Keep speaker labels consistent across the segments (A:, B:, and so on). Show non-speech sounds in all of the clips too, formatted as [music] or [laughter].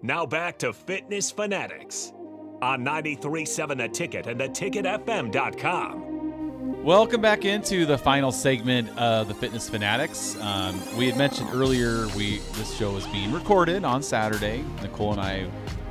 A: Now back to Fitness Fanatics on 937 The Ticket and theticketfm.com.
B: Welcome back into the final segment of the Fitness Fanatics. Um, we had mentioned earlier we this show is being recorded on Saturday. Nicole and I,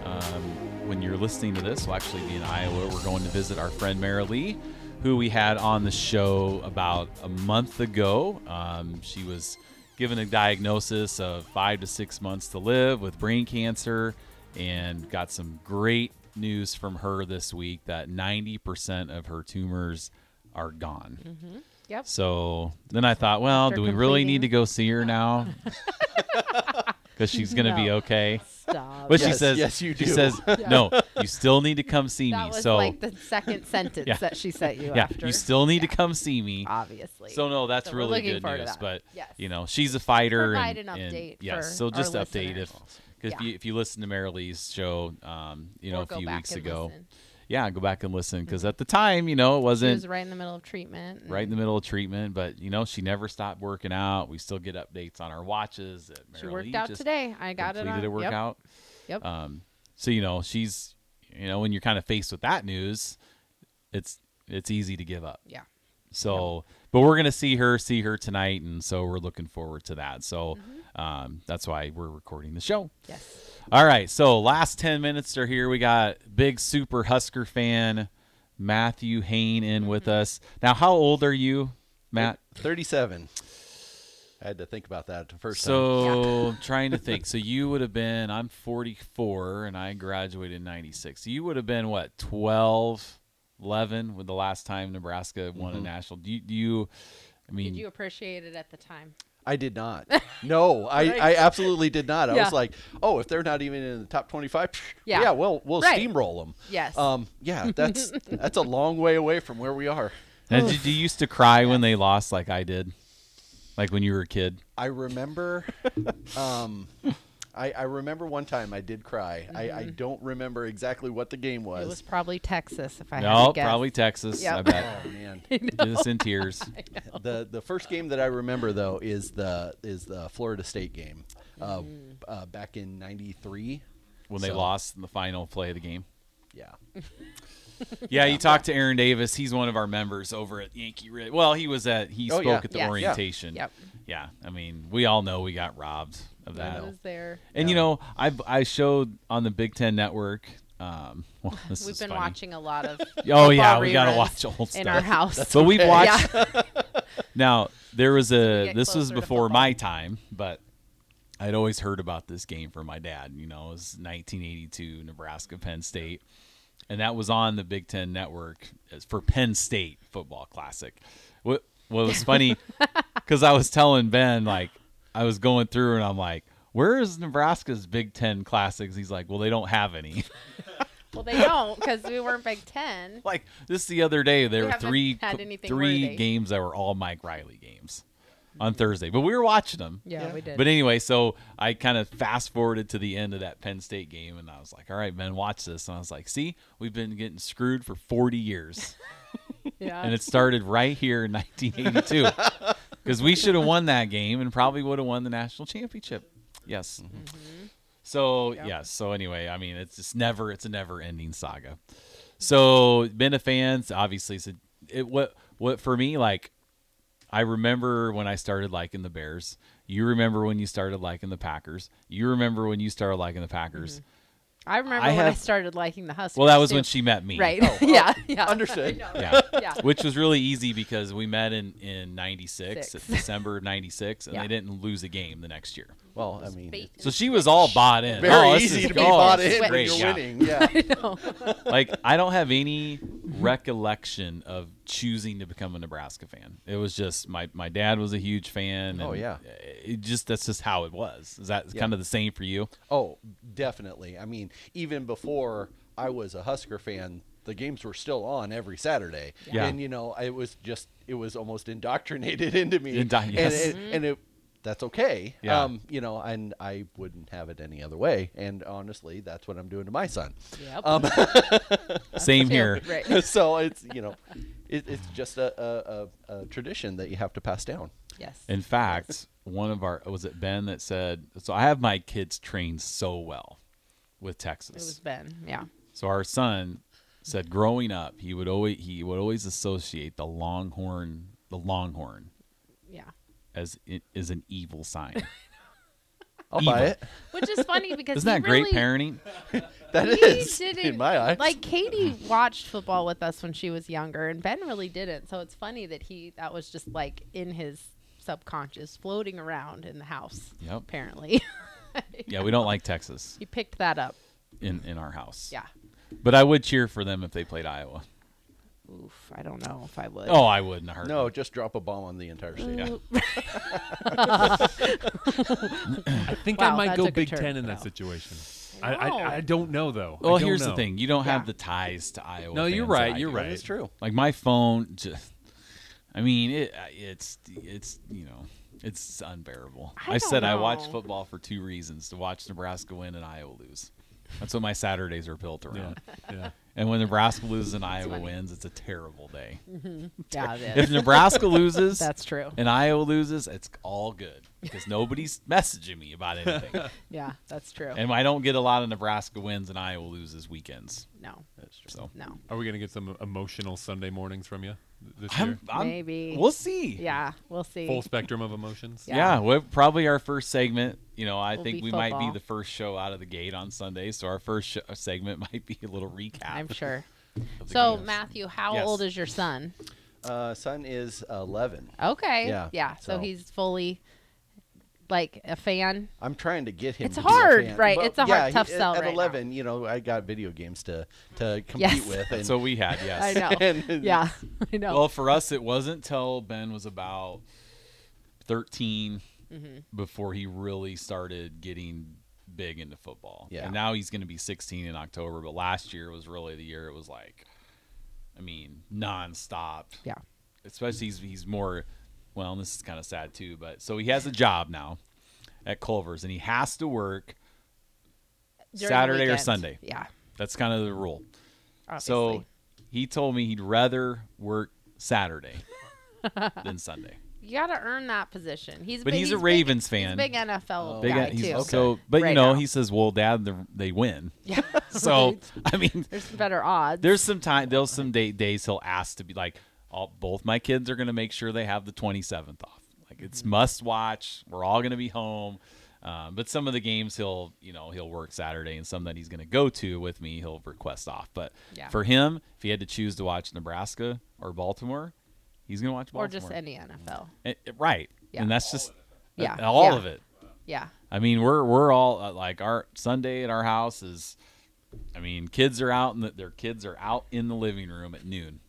B: um, when you're listening to this, will actually be in Iowa. We're going to visit our friend Mary Lee, who we had on the show about a month ago. Um, she was given a diagnosis of five to six months to live with brain cancer, and got some great news from her this week that 90% of her tumors are gone.
C: Yep.
B: So then I thought, well,
C: After
B: do we really
C: completing-
B: need to go see her
D: [laughs]
B: now? Because she's gonna be
C: No.
B: okay.
C: Stop.
B: But she
D: Yes,
B: says,
D: yes, you
B: She
D: do. [laughs]
B: says, no, you still need to come see
C: that
B: me.
C: was
B: so
C: like the
B: [laughs]
C: second sentence
B: Yeah.
C: that she sent you
B: yeah,
C: after.
B: you still need to come see me.
C: obviously.
B: So no, that's
C: So we're
B: really
C: looking
B: good
C: forward to
B: news.
C: that.
B: But
C: Yes.
B: you know, she's a fighter.
C: Provide
B: and,
C: an
B: and-
C: update
B: yes.
C: for
B: so
C: our
B: just update
C: listeners.
B: if, because if
C: Yeah.
B: you if you listen to Marilee's show, um, you know,
C: Or
B: a
C: go
B: few
C: back
B: weeks
C: and
B: ago,
C: listen. Mm-hmm.
B: yeah, go back and listen. Because at the time, you know, it
C: She
B: wasn't
C: was right in the middle of treatment.
B: right in
C: and
B: the middle of treatment, but you know, she never stopped working out. We still get updates on our watches. That
C: She
B: Mary
C: worked
B: Lee
C: out
B: just
C: today. I got it.
B: completed a
C: on.
B: workout.
C: Yep.
B: Um, so you know, she's you know, when you're kind of faced with that news, it's it's easy to give up.
C: Yep.
B: So, but we're gonna see her, see her tonight, and so we're looking forward to that. So,
C: Mm-hmm.
B: um, that's why we're recording the show.
C: Yeah. Yes.
B: All right, so last ten minutes are here. We got big super Husker fan Matthew Hain in with
C: Mm-hmm.
B: us. Now, how old are you, Matt?
D: 37. I had to think about that the first time.
B: So I'm trying to [laughs] think. So you would have been. I'm 44, and I graduated in '96. So you would have been what 12, 11 with the last time Nebraska won a national. Do you? Do you I mean,
C: Did you appreciate it at the time?
D: I did not.
C: [laughs]
D: No, I, I absolutely did not. I
C: Yeah.
D: was like, oh, if they're not even in the top 25, psh,
C: Yeah.
D: yeah, well, we'll
C: Right.
D: steamroll them.
C: Yes.
B: Uh,
D: Um,
C: [laughs]
D: yeah, that's that's a long way away from where we are.
B: now, did you used to cry when they lost, like I did, like when you were a kid?
C: [laughs]
D: I remember, um, I, I remember one time I did cry. I, I don't remember exactly what the game
C: Mm-hmm. it
D: was.
C: was probably Texas, if I had
B: No,
C: to guess.
B: probably Texas.
C: Yep.
B: I bet.
C: [laughs]
D: oh man,
B: Did this in tears.
D: the the first game that I remember though is the is the Florida State game, uh, uh, back in '93.
B: when they
D: So-
B: lost in the final play of the game.
D: Yeah,
B: Yeah, you talked to Aaron Davis. He's one of our members over at Yankee Ridge. Well, he was at he
D: Oh,
B: spoke
D: yeah.
B: at the
C: Yes. Yeah.
B: orientation.
C: Yep.
B: Yeah, I mean, we all know we got robbed of
C: I
B: that.
C: was there.
B: And you know, I I showed on the Big Ten Network. Um, [laughs]
C: [laughs]
B: well, this
C: We've
B: is
C: been
B: funny.
C: watching a lot
B: [laughs]
C: of.
B: Oh
C: football
B: yeah, we gotta
C: reruns
B: watch old stuff
C: in our house.
B: But we've watched.
C: [laughs] Yeah.
B: Now there was a
C: get
B: this was
C: closer to
B: before
C: football.
B: my time, but I'd always heard about this game from my dad. You know, it was 1982 Nebraska Penn State, and that was on the Big Ten Network as- for Penn State football classic. What what was
C: [laughs]
B: funny because I was telling Ben like I was going through and I'm like, where is Nebraska's Big Ten classics? He's like, well, they don't have any.
C: well, they don't because we weren't Big Ten.
B: [laughs] like this the other day there
C: We
B: were
C: haven't
B: three
C: had anything
B: three
C: worthy.
B: games that were all mike riley games on thursday but we were watching them
C: Yeah, we did.
B: but anyway so i kind of fast forwarded to the end of that penn state game and i was like all right man watch this and i was like see we've been getting screwed for 40 years
C: yeah.
B: and it started right here in [laughs]
C: [laughs]
B: 1982 because we should have won that game and probably would have won the national championship yes Mm-hmm. so
C: Mm-hmm. Yep.
B: yes so anyway i mean it's just never it's a never ending saga so been a fan so obviously it's a, it what what for me like i remember when i started liking the bears you remember when you started liking the packers you remember when you started liking the packers
C: Mm-hmm. I remember
B: I
C: when I
B: have-
C: started liking the Huskers.
B: well that was when
C: too.
B: she Oh, met me
C: [laughs] Right. yeah. Yeah.
D: understood.
B: yeah [laughs]
C: Yeah.
B: which was really easy because we met in in 96
C: Six.
B: at december of 96 and
C: Yeah.
B: they didn't lose a game the next year
D: Well, I mean,
C: Bait
B: so she was all bought in
D: very
B: Oh, this
D: easy
B: is-
D: to be
B: oh,
D: bought
B: this is
D: in
B: great,
D: when you're
B: yeah.
D: winning.
B: [laughs]
D: Yeah.
B: like i don't have any recollection of choosing to become a nebraska fan it was just my my dad was a huge fan
D: Oh,
B: and uh,
D: yeah.
B: it just that's just how it was is that
D: Yeah.
B: kind of the same for
C: [laughs]
B: you
D: Oh, definitely. I mean, even before I was a Husker fan, the games were still on every Saturday.
B: Yeah.
D: And you know, I- it was just it was almost [laughs] indoctrinated into me.
B: Indo- yes.
D: And it, and it that's okay.
B: Yeah.
D: Um, you know, and I wouldn't have it any other way. And honestly, that's what I'm doing to my son. [laughs]
C: Yep.
D: Um,
C: [laughs]
B: same
C: too.
B: here [laughs]
C: Right.
D: so it's you know, it, it's just a, a, a, a tradition that you have to pass down.
C: Yes.
B: In fact, one of our was it Ben that said, "So I have my kids trained so well with
C: It was
B: Texas.
C: Ben. Yeah.
B: So our son said, growing up, he would always he would always associate the Longhorn the Longhorn
C: Yeah.
B: as it is an evil
C: [laughs]
B: sign.
D: I'll buy
B: Evil.
D: it. [laughs]
C: Which
B: [laughs]
C: is funny because
B: Isn't that
C: he
B: great
C: really, [laughs]
B: parenting?
D: That
C: he
D: is
B: [laughs]
C: didn't,
D: in my eyes.
C: Like Katie watched football with us when she was younger, and Ben really didn't. So it's funny that he that was just like in his subconscious, floating around in the house.
B: Yep.
C: Apparently, [laughs]
B: Yeah, we don't like Texas
C: he picked that up.
B: in in our house.
C: Yeah.
B: But I would cheer for them if they played Iowa.
C: Oof. I don't know if I would.
B: Oh, I wouldn't hurt.
D: no, just drop a bomb on the entire state.
E: I think
C: Wow,
E: I
C: that
E: might go
C: took a
E: Big
C: turn,
E: Ten in that
C: though.
E: situation.
C: I
E: I,
C: know.
E: I, I don't know though. I
B: Well,
E: don't
B: here's the
E: know.
B: thing: you don't have
C: Yeah.
B: the ties to Iowa.
E: No, you're
B: fans that
E: right,
B: I
E: you're
B: do.
E: right.
D: It's true.
B: Like my phone, just, I mean, it, it's it's you know, it's unbearable.
C: I don't
B: said I watch
C: know.
B: football for two reasons: to watch Nebraska win and Iowa lose. That's what my Saturdays are built
E: Yeah,
B: around.
E: yeah.
B: And when Nebraska loses
C: [laughs]
B: and Iowa
C: funny.
B: wins, it's a terrible day.
C: [laughs]
B: [laughs]
C: yeah, it
B: If
C: is.
B: Nebraska loses
C: That's true.
B: and Iowa loses, it's all good because
C: [laughs]
B: nobody's messaging me about anything.
C: Yeah, that's true.
B: And I don't get a lot of Nebraska wins and Iowa loses weekends.
C: no,
B: So
C: no.
E: [laughs] Are we gonna get some emotional Sunday mornings from you th- this year?
B: I'm, I'm,
C: Maybe.
B: we'll see.
C: Yeah, we'll see.
E: Full spectrum of emotions.
C: Yeah.
B: Yeah, well, probably our first segment. You know, I
C: Will
B: think
C: be
B: we might
C: football.
B: be the first show out of the gate on Sunday, so our first sh- segment [laughs] might be a little recap.
C: I'm
B: [laughs]
C: sure.
B: of the
C: So
B: games.
C: Matthew, how
B: Yes.
C: old is your son?
D: Uh, son is 11.
C: Okay.
D: Yeah,
C: So,
D: so-
C: he's fully like a fan.
D: I'm trying to get him.
C: It's
D: to be a
C: hard,
D: fan.
C: right? It's a
D: yeah,
C: hard, tough
D: he- at-
C: sell
D: At
C: right now.
D: 11, you know, I got video games to to compete
C: Yes.
D: with, and
B: That's
C: [laughs]
B: what we had. Yes.
C: I know.
D: [laughs] And-
C: yeah. [laughs] I know.
B: Well, for us, it wasn't till Ben was about 13
C: Mm-hmm.
B: before he really started getting big into football.
D: Yeah.
B: And now he's going to be 16 in October, but last year was really the year it was like, I mean, nonstop.
C: yeah.
B: Especially he's, he's more, well, and this is kind of sad too, but so he has a job now at Culver's and he has to work.
C: During the
B: Saturday or
C: weekend.
B: Sunday.
C: Yeah.
B: That's kind of the rule. So
C: Obviously.
B: he told me he'd rather work
C: [laughs]
B: Saturday than Sunday.
C: you got to earn that position. He's
B: But
C: big-
B: he's a
C: big-
B: Ravens fan.
C: He's a big NFL
D: Oh.
B: Big
C: guy
B: he's
C: too.
B: so but
C: Right
B: you know,
C: now.
B: he says, "Well, dad, the, they
C: [laughs]
B: win."
C: Yeah.
B: So, I mean,
C: There's better odds.
B: there's some time there's some day, days he'll ask to be like, all, both my kids are going to make sure they have the 27th off. Like
C: Mm-hmm.
B: it's must watch. We're all going to be home. Um, but some of the games he'll, you know, he'll work Saturday, and some that he's going to go to with me, he'll request off. But
C: Yeah.
B: for him, if he had to choose to watch Nebraska or Baltimore, he's going to watch Baltimore.
C: or just any NFL.
B: Eh, eh, right.
C: Yeah.
B: And that's just
C: Yeah.
B: uh, all
C: Yeah.
B: of it.
C: Yeah.
B: I mean, we're we're all uh, like our Sunday at our house is. I mean, kids are out and the, their kids are out in the living room at noon.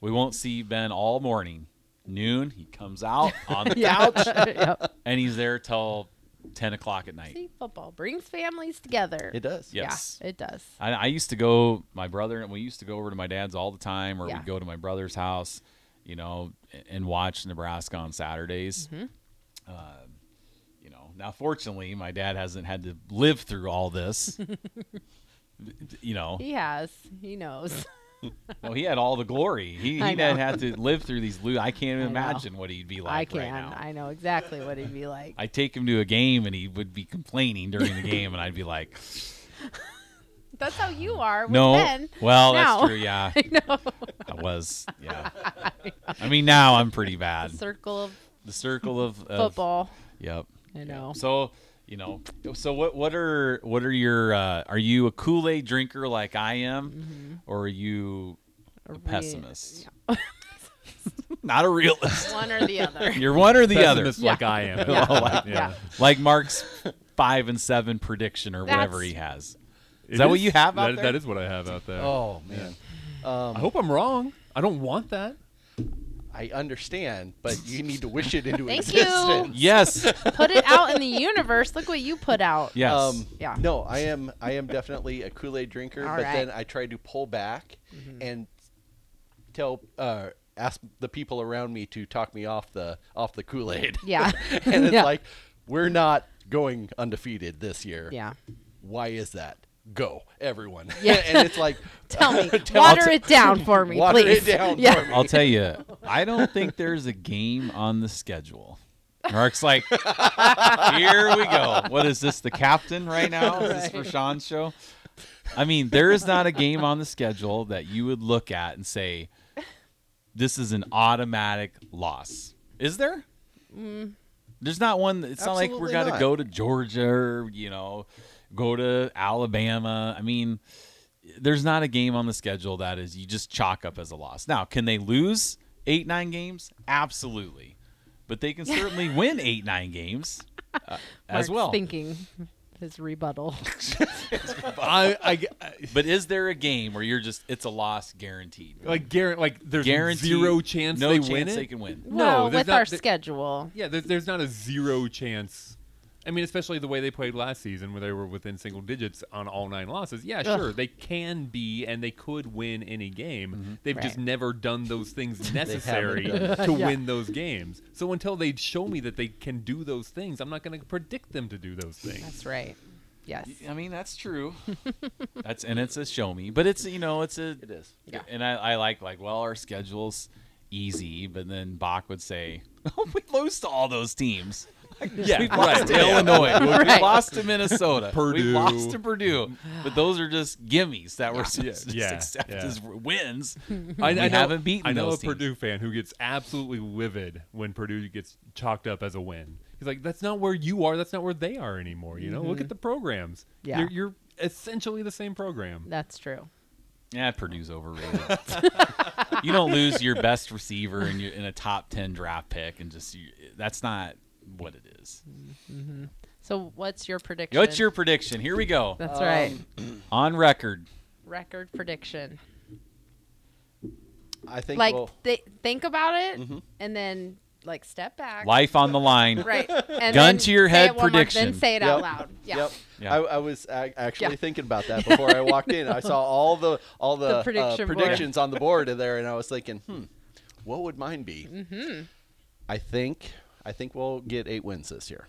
B: we won't see Ben all morning. Noon, he comes out on the couch
C: [laughs] yep.
B: [laughs] and he's there till ten o'clock at night.
C: See, football brings families together.
D: it does.
B: Yeah. Yes.
C: Yeah, it does.
B: I, I used to go my brother and we used to go over to my dad's all the time, or
C: Yeah.
B: we'd go to my brother's house, you know, and, and watch Nebraska on Saturdays.
C: Mm-hmm.
B: Um you know, now fortunately, my dad hasn't had to live through all
C: [laughs]
B: this. you know,
C: He has. He [laughs] knows.
B: well, he had all the glory. He, he
C: I
B: didn't
C: know.
B: have to live through these. Lo- I can't
C: know.
B: even imagine what he'd be like
C: I can.
B: right now.
C: I know exactly what he'd be like.
B: I take him to a game and he would be complaining during the game, and I'd be like,
C: That's how you are. With
B: No.
C: Ben.
B: Well,
C: now.
B: that's true.
C: [laughs]
B: Yeah. I know. was. Yeah. I mean, now I'm pretty bad.
C: Circle of
B: The circle of, of
C: football.
B: Yep.
C: I
B: Yep.
C: know.
B: So you know. So what? What are what are your? Uh, are you a Kool Aid drinker like I am, or are you a
C: Mm-hmm. Re-
B: pessimist? [laughs]
C: [laughs]
B: Not a realist.
C: One or the other.
B: You're one or the other.
E: Pessimist like I
C: [laughs]
E: am.
C: Yeah.
E: Oh, [laughs] like-
C: Yeah.
B: Like Mark's five and seven prediction or whatever
C: That's-
B: he has.
E: It
B: that what you have out
E: that,
B: there?
E: That is what I have out there.
D: Oh man,
E: I hope I'm wrong. I don't want that.
D: I understand, but you need to wish it into
C: [laughs] Thank you.
D: existence.
B: Yes.
C: Put it out in the universe. Look what you put out.
B: [laughs] Yes.
D: Um,
C: Yeah.
D: No, I am. I am definitely a Kool Aid drinker,
C: All
D: but
C: right.
D: then I try to pull back
C: Mm-hmm.
D: and tell, uh, ask the people around me to talk me off the off the Kool Aid.
C: Yeah.
D: [laughs] and it's
C: Yeah.
D: like we're not going undefeated this year.
C: Yeah.
D: Why is that? Go everyone.
C: Yeah.
D: [laughs] and it's like
C: Tell me. water it down [laughs] for me, [laughs]
D: water
C: please.
D: it down
C: Yeah.
D: for me.
B: I'll tell you, I don't think there's a game on the schedule Mark's like, here we go. What is this, the captain right now? Is this for
C: Right.
B: Sean's show? I mean, there is not a game on the schedule that you would look at and say, this is an automatic loss. Is there? There's not one. It's not like we're
D: Mm. Absolutely
B: got to
D: not.
B: go to Georgia or, you know, go to Alabama. I mean, there's not a game on the schedule that is you just chalk up as a loss. Now, can they lose eight, nine games? Absolutely. But they can
D: [laughs]
B: certainly win eight, nine games uh, as
C: Mark's
B: well.
C: Thinking his rebuttal.
E: I, I g- I-
B: But is there a game where you're just, it's a loss guaranteed?
E: like guarantee like
B: [laughs]
E: there's
B: Guaranteed.
E: zero chance
B: no
E: they
B: chance
E: win it.
B: they can win.
E: No,
C: well,
E: there's
C: with
E: not-
C: our
E: there-
C: schedule.
E: Yeah, there's, there's not a zero chance. I mean, especially the way they played last season, where they were within single digits on all nine losses. Yeah, sure, they can be and they could win any game. They've just
C: Right.
E: never done those things necessary
D: done it.
E: to
C: Yeah.
E: win those games. So until they show me that they can do those things, I'm not going to predict them to do those things.
C: That's right. Yes.
B: I mean, that's true. [laughs] that's and it's a show me, but it's you know, it's a
D: It is.
C: Yeah.
B: And I, I like like well, our schedule's easy, but then Bach would say, [laughs] oh, "We lose to all those teams.
E: Yeah,
B: We've lost
E: right.
B: to Illinois. We
C: Right.
B: lost to [laughs] Minnesota. We
E: Purdue.
B: lost to Purdue. But those are just gimmies that we're [laughs] just,
E: yeah,
B: accept
E: yeah.
B: as wins.
E: [laughs] I,
B: We
E: I know,
B: haven't beaten
E: I know
B: those
E: a
B: teams.
E: Purdue fan who gets absolutely livid when Purdue gets chalked up as a win. He's like, "That's not where you are. That's not where they are anymore. You know,
B: Mm-hmm.
E: look at the programs.
C: Yeah.
E: You're, you're essentially the same program.
C: That's true.
B: Yeah, Purdue's overrated. you don't lose your best receiver and you in a top ten draft pick, and just you, that's not what it is.
C: So what's your prediction?
B: What's your prediction? Here we go.
C: That's right.
B: On record.
C: Record prediction.
D: I think
C: Like
D: we'll- Mm-hmm.
C: thi- think about it and then like step back.
B: Life on the line.
C: [laughs] Right. And
B: Gun
C: then
B: to your
C: say
B: head
C: it one more-
B: prediction.
C: then say it out
D: Yep.
C: loud. Yeah.
D: Yep.
B: Yeah.
D: I, I was ac actually
C: Yeah.
D: thinking about that before I walked in. I saw all the all the,
C: The
D: uh,
C: prediction board.
D: predictions on the board there, and I was thinking, hmm, what would mine be? Mm-hmm. I think I think we'll get eight wins this year.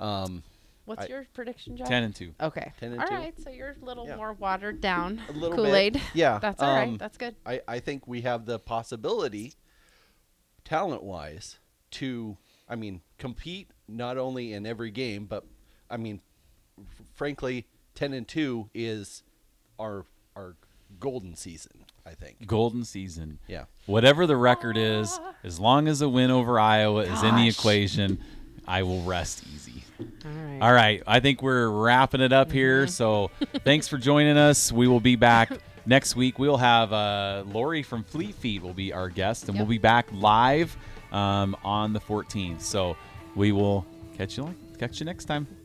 D: Um,
C: What's
D: I-
C: your prediction, John?
B: Ten and two.
C: Okay.
D: Ten and
C: All
D: two.
C: right. So you're a little
D: Yeah.
C: more watered down.
D: A little bit.
C: Kool Aid.
D: Yeah,
C: That's all right.
D: um,
C: That's good.
D: I, I think we have the possibility, talent wise, to I mean compete not only in every game, but I mean, f- frankly, ten and two is our our golden season. I think.
B: Golden season.
D: Yeah.
B: Whatever the record is, as long as a win over Iowa is in the
C: Gosh.
B: equation, I will rest easy.
C: All right.
B: All right. I think we're wrapping it up here.
C: Mm-hmm.
B: So thanks for joining us. We will be
C: [laughs]
B: back next week. We'll have uh, Lori from Fleet Feet will be our guest, and
C: Yep.
B: we'll be back live um, on the 14th. So we will catch you catch you next time.